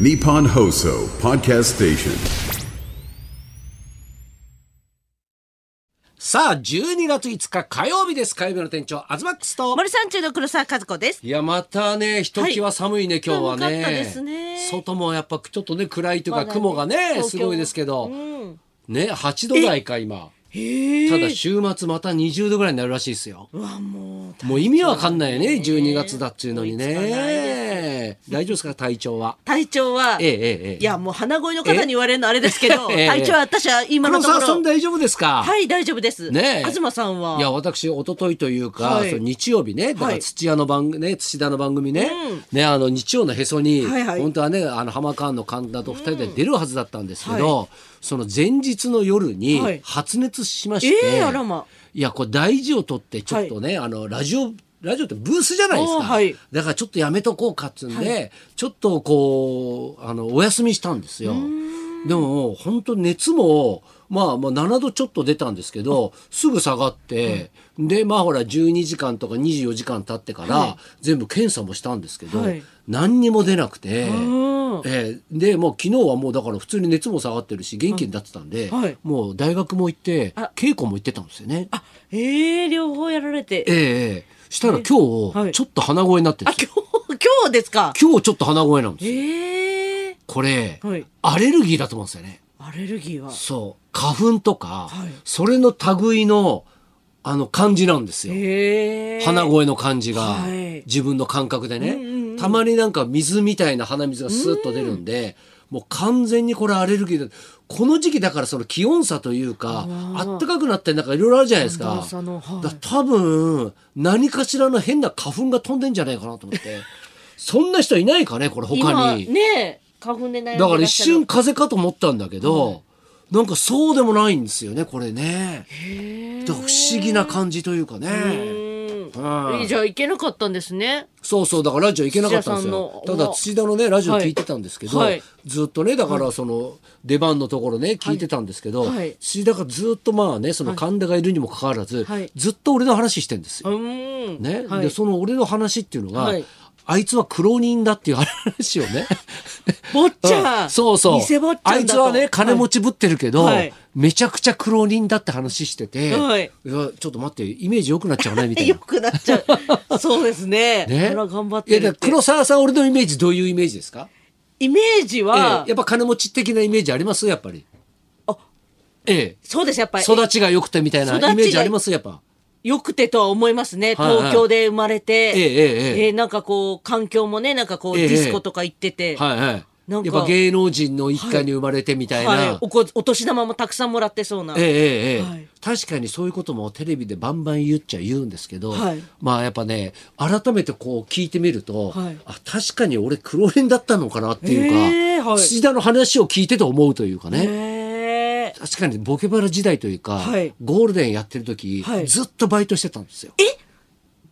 Nippon Hoso Podcast Station. さあ、12月5日火曜日です。火曜日の店長、アズマックスと。森さん中の黒沢和子です。いや、またね、ひときわ寒いね、今日は寒ね。かったですね外もやっぱちょっとね、暗いというか、まだね雲がね、東京すごいですけど、うん。ね、8度台か、今。へえ。ただ、週末また20度ぐらいになるらしいですよ。うわもうもう意味わかんないよね、12月だっていうのに追いつかないね。大丈夫ですか、体調は。体調は、ええええええいやもう鼻声の方に言われるのあれですけど、ええ体調は私は今の黒とこ沢さんろ大丈夫ですかはい大丈夫です。ねえ東さんはいや私一昨日というか、はいその日曜日ねだから土屋の番組ね土田の番組ね,、ねあの日曜のへそに、はいはい本当はねあの浜川の神田と二人で出るはずだったんですけど、その前日の夜はにい発熱しまして、ええあらまいやこれ大事を取ってちょっとね、あのラジオラジオってブースじゃないですか、あーはいだからちょっとやめとこうかっつうんで、ちょっとこうあのお休みしたんですよ。でも本当熱もまあまあ7度ちょっと出たんですけどすぐ下がって、でまあほら12時間とか24時間経ってから、は全部検査もしたんですけど、はい何にも出なくて。うんええでもう昨日はもうだから普通に熱も下がってるし元気になってたんで、はいもう大学も行ってあ稽古も行ってたんですよね。あええ両方やられて、ええええしたら今日、はいちょっと鼻声になってるあんですよ今日今日ですか。今日ちょっと鼻声なんですよええこれ、はいアレルギーだと思うんですよねアレルギーはそう花粉とか、はいそれの類のあの感じなんですよ、ええ鼻声の感じが、はい自分の感覚でね、たまになんか水みたいな鼻水がスーッと出るんで、もう完全にこれアレルギーだこの時期だからその気温差というかあったかくなってなんかいろいろあるじゃないです寒か暖差のはいだから多分何かしらの変な花粉が飛んでんじゃないかなと思って そんな人いないかねこれ他今に、ね花粉で悩んでだかららっ一しゃる瞬風邪かと思ったんだけど、なんかそうでもないんですよねこれねだから不思議な感じというかね、うんえじゃあ行けなかったんですね。そうそうだからラジオ行けなかったんですよ土屋さたんのだ土田のねラジオ聞いてたんですけど、はいはいずっとねだからその出番のところね聞いてたんですけど、はい土田がずっとまあねその神田がいるにもかかわらず、はいずっと俺の話してんですよう。んね、はいでその俺の話っていうのが、はいあいつは苦労人だっていう話をね坊ちゃん、そうそう偽坊ちゃんだとあいつはね金持ちぶってるけど、はいめちゃくちゃ苦労人だって話してて、はいやちょっと待ってイメージ良くなっちゃうねみたい 良な。くなっちゃ う。そうですね。ね、ほら頑張っていやるだっからて。黒沢さん俺のイメージどういうイメージですか、イメージええは、やっぱ金持ち的なイメージありますやっぱりあええそうですやっぱり育ちが良くてみたいな育ちがイメージありますやっぱ良くてとは思いますね。はいはい東京で生まれて、えええええなんかこう環境もねなんかこう、ええディスコとか行ってて、はいはいなんかやっぱ芸能人の一家に生まれてみたいな、はいおこお年玉もたくさんもらってそうな。ええええええはい確かにそういうこともテレビでバンバン言っちゃ言うんですけど、はいまあやっぱね改めてこう聞いてみると、はいあ確かに俺黒連だったのかなっていうか、ええはい土田の話を聞いてと思うというかね。ええ確かにボケバラ時代というか、はいゴールデンやってる時、はいずっとバイトしてたんですよ。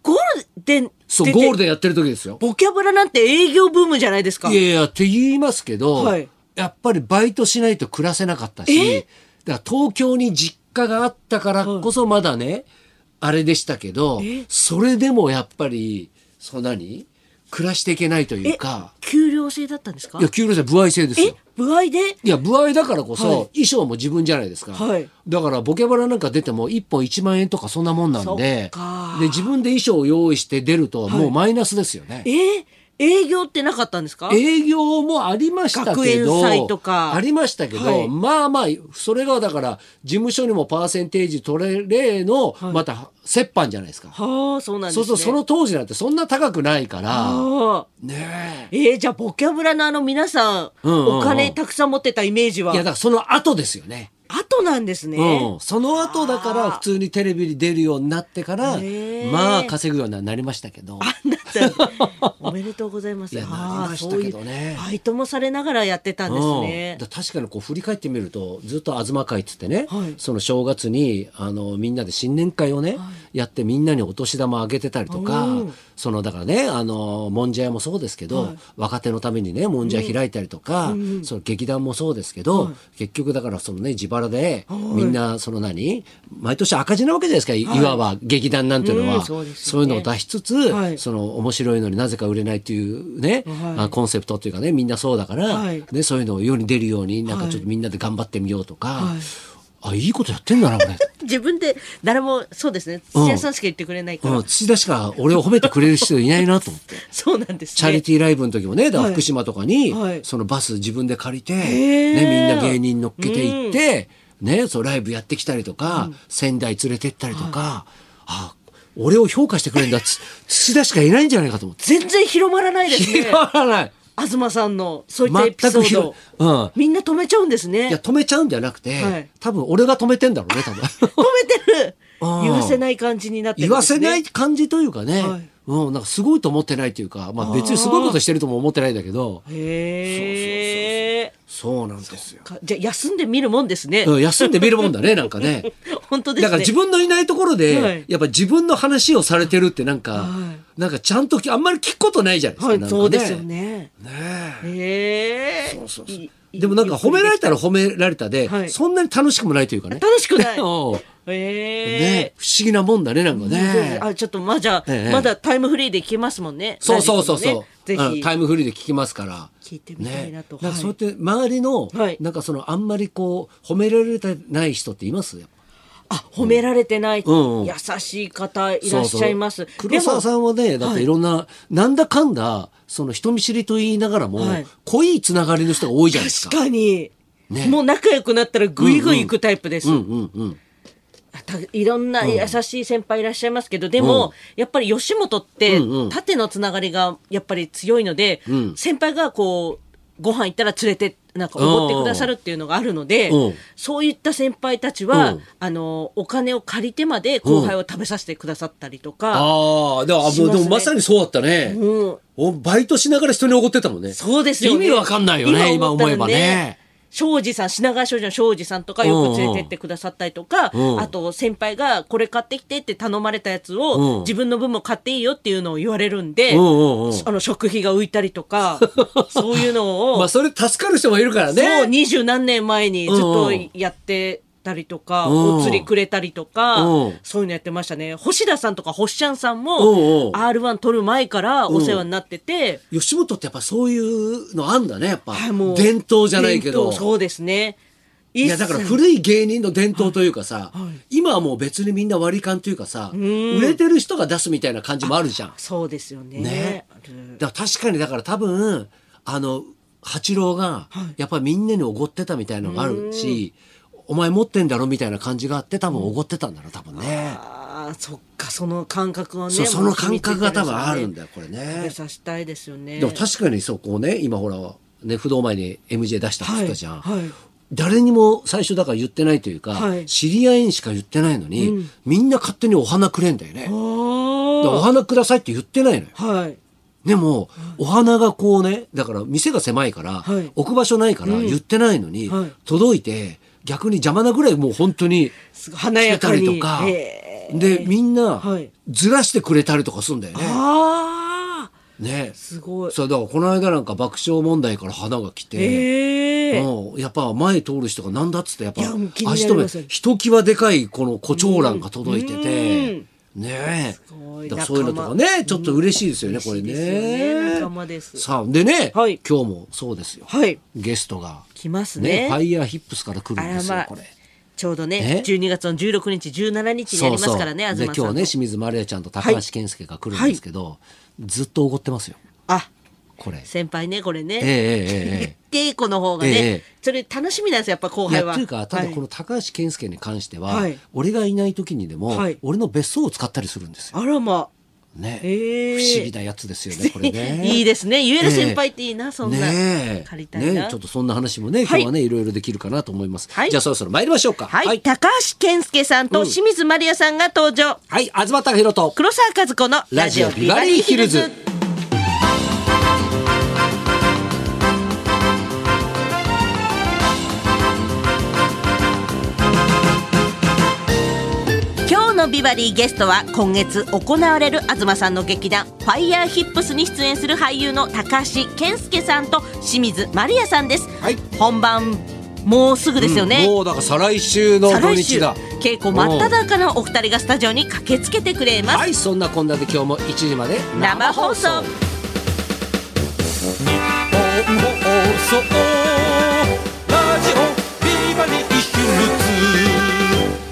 ゴールデンそうゴールンデンやってる時ですよ。ボキャブラなんて営業ブームじゃないですか。いやいやって言いますけど、はいやっぱりバイトしないと暮らせなかったしだから東京に実家があったからこそまだね、あれでしたけどえそれでもやっぱりそう何暮らしていけないというえか給料制だったんですかいや。給料制不愛制ですえよ。部合でいや不愛だからこそ、は衣い装も自分じゃないですか、はいだからボキャバラなんか出ても1本1万円とかそんなもんなんそっでかで自分で衣装を用意して出るともうマイナスですよね。え営業ってなかったんですか営業もありました学け園ど祭とかありましたけど、はいまあまあそれがだから事務所にもパーセンテージ取れ例の、また折半じゃないですか。はあそうなんですそね。うそうその当時なんてそんな高くないからああねえ。えー、じゃあボキャブラのあの皆さん,、うんうんうんお金たくさん持ってたイメージはいやだからその後ですよね。後なんですうね、ん、その後だから普通にテレビに出るようになってからへえまあ稼ぐようにはなりましたけどあんなたおめでとうございま すいやああなりましたけどねそういうバイトもされながらやってたんですねうん、だ確かにこう振り返ってみるとずっと東会っつってね、はいその正月にあのみんなで新年会をね、やってみんなにお年玉あげてたりとかうんそのだからねあのもんじゃ屋もそうですけど、若手のためにねもんじゃ屋開いたりとか、その劇団もそうですけど、結局だからそのね自腹で、で、みんな、その何毎年赤字なわけじゃないですか、いいわば劇団なんていうのうは。んそうですそよねういうのを出しつつ、はいその面白いのになぜか売れないっていうね、はいあコンセプトっていうかね、みんなそうだから、はいね、そういうのを世に出るように、なんかちょっとみんなで頑張ってみようとか、あ、いいことやってんだな、 俺。自分で誰もそうですねうん土屋さんしか言ってくれないから、うん、土田しか俺を褒めてくれる人いないなと思って。そうなん ですねチャリティーライブの時もね、だから福島とかに、はいはいそのバス自分で借りて、へーね、みんな芸人乗っけて行って、ね、そうライブやってきたりとか、仙台連れてったりとか、あ、俺を評価してくれるんだ、つ土田しかいないんじゃないかと思って。全然広まらな いですね広まらない。東さんのそういったエピソ全くー広ド、うんみんな止めちゃうんですねいや、止めちゃうんじゃなくて、はい多分俺が止めてんだろうね、多分。止めてるうん言わせない感じになって言るんでわすせねない感じというかね、はいうん、なんかすごいと思ってないというか、まあ別にすごいことしてるとも思ってないんだけど、へえそうなんですよ。じゃあ休んでみるもんですね、うん、休んでみるもんだね、なんかね。 本当ですねだから自分のいないところで、はいやっぱ自分の話をされてるってなんか、はなんかちゃんときあんまり聞くことないじゃないですか。はい、なんかねそうですよ。ねねえへえいいでもなんか褒められたら褒められたで、はいそんなに楽しくもないというかね。楽しくな いおうへえね、不思議なもんだね、なんかね。あちょっとまあじゃあ、ええまだタイムフリーで聞けますもんねそうそうそうそう、ぜひ、うんタイムフリーで聞きますから。聞いてみたいなとね、なんかはいそうやって周りの、はいなんかそのあんまりこう褒められてない人っていますやっぱあ褒められてない、うんうん優しい方いらっしゃいます。そうそう黒沢さんはね、だっていろんな、なんだかんだ、その人見知りと言いながらも、はい濃いつながりの人が多いじでゃないもです確か。かに、ねもう仲良くなったらぐいぐい行くタイプです。うんうんうん。たいろんな優しい先輩いらっしゃいますけど、でも、やっぱり吉本って、うんうん縦のつながりがやっぱり強いので、うん先輩がこう、ご飯行ったら連れて、なんかおごってくださるっていうのがあるのでうん、そういった先輩たちは、うんあの、お金を借りてまで後輩を食べさせてくださったりとか、ああ、でも、あしますでねもまさにそうだったね。うんおバイトしながら人に怒ってたもんね。そうですよね。意味わかんないよね、今思えばね。。庄司さん、品川庄司の庄司さんとかよく連れてってくださったりとか、うんうんあと先輩がこれ買ってきてって頼まれたやつうんを自分の分も買っていいよっていうのを言われるんで、うんうんうんあの食費が浮いたりとか、 そういうのを、まあ、それ助かる人もいるからそうね。二十何年前にずっとうんうんやってたりとか、うんお釣りくれたりとか、うんそういうのやってましたね。星田さんとか星ちゃんさんうんうんも、R1 取る前からお世話になってて、吉本ってやっぱそういうのあんだね、やっぱ。はいもう伝統じゃないけ伝ど。統そうですねいいやだから古い芸人の伝統というかさ、今はもう別にみんな割り勘というかさ、売れてる人が出すみたいな感じもあるじゃん。だかそうですよねねあるら確かにだから多分あの八郎がやっぱりみんなにおごってたみたいなのがあるし、お前持ってんだろみたいな感じがあって多分おごってたんだろう多分ね。あーそっかその感覚はねそうその感覚が多分もうあるん染だよこれみついてるんねで。すよね食べさせたいですよねでも確かにそうこうね今ほらね不動前に MJ 出したって言ったじゃん、はいはい誰にも最初だから言ってないというか、はい知り合いにしか言ってないのに、みんな勝手にお花くれんだよね、だかあらお花くださいって言ってないのよーはいでも、お花がこうねだから店が狭いから、はい置く場所ないから言ってないのに、はい届いて逆に邪魔なぐらいもう本当にすごい華やか来にてたりとか、へーでみんなはいずらしてくれたりとかするんだよね。ああねすごいそうだからこの間なんか爆笑問題から花が来て、ええもうやっぱ前通る人がなんだっつってやっぱいやもう気にな足り止めますよひときわでかいこの胡蝶蘭が届いてうてん。ねごえ、いだからそういうのとかね、ちょっと嬉しいですよね、これ嬉しいですよね。ね仲間ですさあ、でね、はい今日もそうですよ。はいゲストが。来ますね、ねファイヤーヒップスから来るあんでらすよま、これ。ちょうどねね12月の16日17日にありますからねで、東今日さんとね、清水まりやちゃんと高橋健介が来るんですけど、ずっとおごってますよ。あこれ。先輩ねこれね、ええええええ言っていい子の方がね、ええそれ楽しみなんですよやっぱ後いや輩は。というかただこはいの高橋健介に関しては、はい俺がいない時にでも、はい俺の別荘を使ったりするんですよ。あらまね、へえ不思議なやつですよねこれね。 いいですね言える先輩っていいな、そんな、ねえ借りたいな、ねえちょっとそんな話もね今はい日はね、い、ろいろできるかなと思います。はいじゃあそろそろ参りましょうか。はい、はい、高橋健介さんと清水まりやさんが登場、はい、東隆弘と黒沢和子のラジオビバリーヒルズ。今日のビバリーゲストは今月行われる東さんの劇団ファイヤーヒップスに出演する俳優の高橋健介さんと清水まりやさんです、はい本番もうすぐですよね、もうだから再来週の再土来週日だ稽古真っ只中のお二人がスタジオに駆けつけてくれます、はいそんなこんなで今日も1時まで生放送生放送